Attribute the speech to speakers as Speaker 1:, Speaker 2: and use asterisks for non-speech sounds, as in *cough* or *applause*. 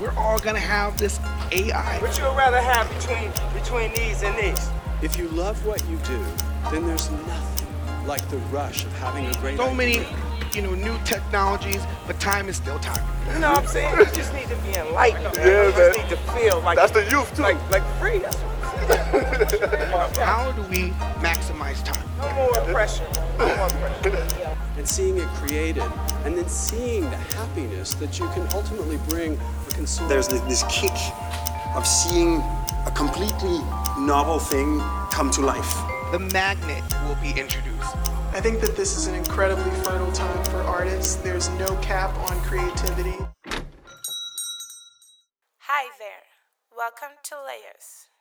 Speaker 1: we're all gonna have this AI.
Speaker 2: What you would rather have between between these and these?
Speaker 3: If you love what you do, then there's nothing like the rush of having a great
Speaker 1: So many,
Speaker 3: idea.
Speaker 1: you know, new technologies, but time is still time.
Speaker 2: You know what I'm saying? You just need to be enlightened. man.
Speaker 4: Yeah,
Speaker 2: you
Speaker 4: man.
Speaker 2: just need to feel like
Speaker 4: That's the youth, too.
Speaker 2: Like like free. That's what I'm
Speaker 4: *laughs*
Speaker 2: saying.
Speaker 1: How do we maximize time?
Speaker 2: no more pressure. No more pressure.
Speaker 3: and seeing it created, and then seeing the happiness that you can ultimately bring a consumer.
Speaker 5: There's thi- this kick of seeing a completely novel thing come to life.
Speaker 1: The magnet will be introduced.
Speaker 6: I think that this is an incredibly fertile time for artists. There's no cap on creativity.
Speaker 7: Hi there. Welcome to Layers,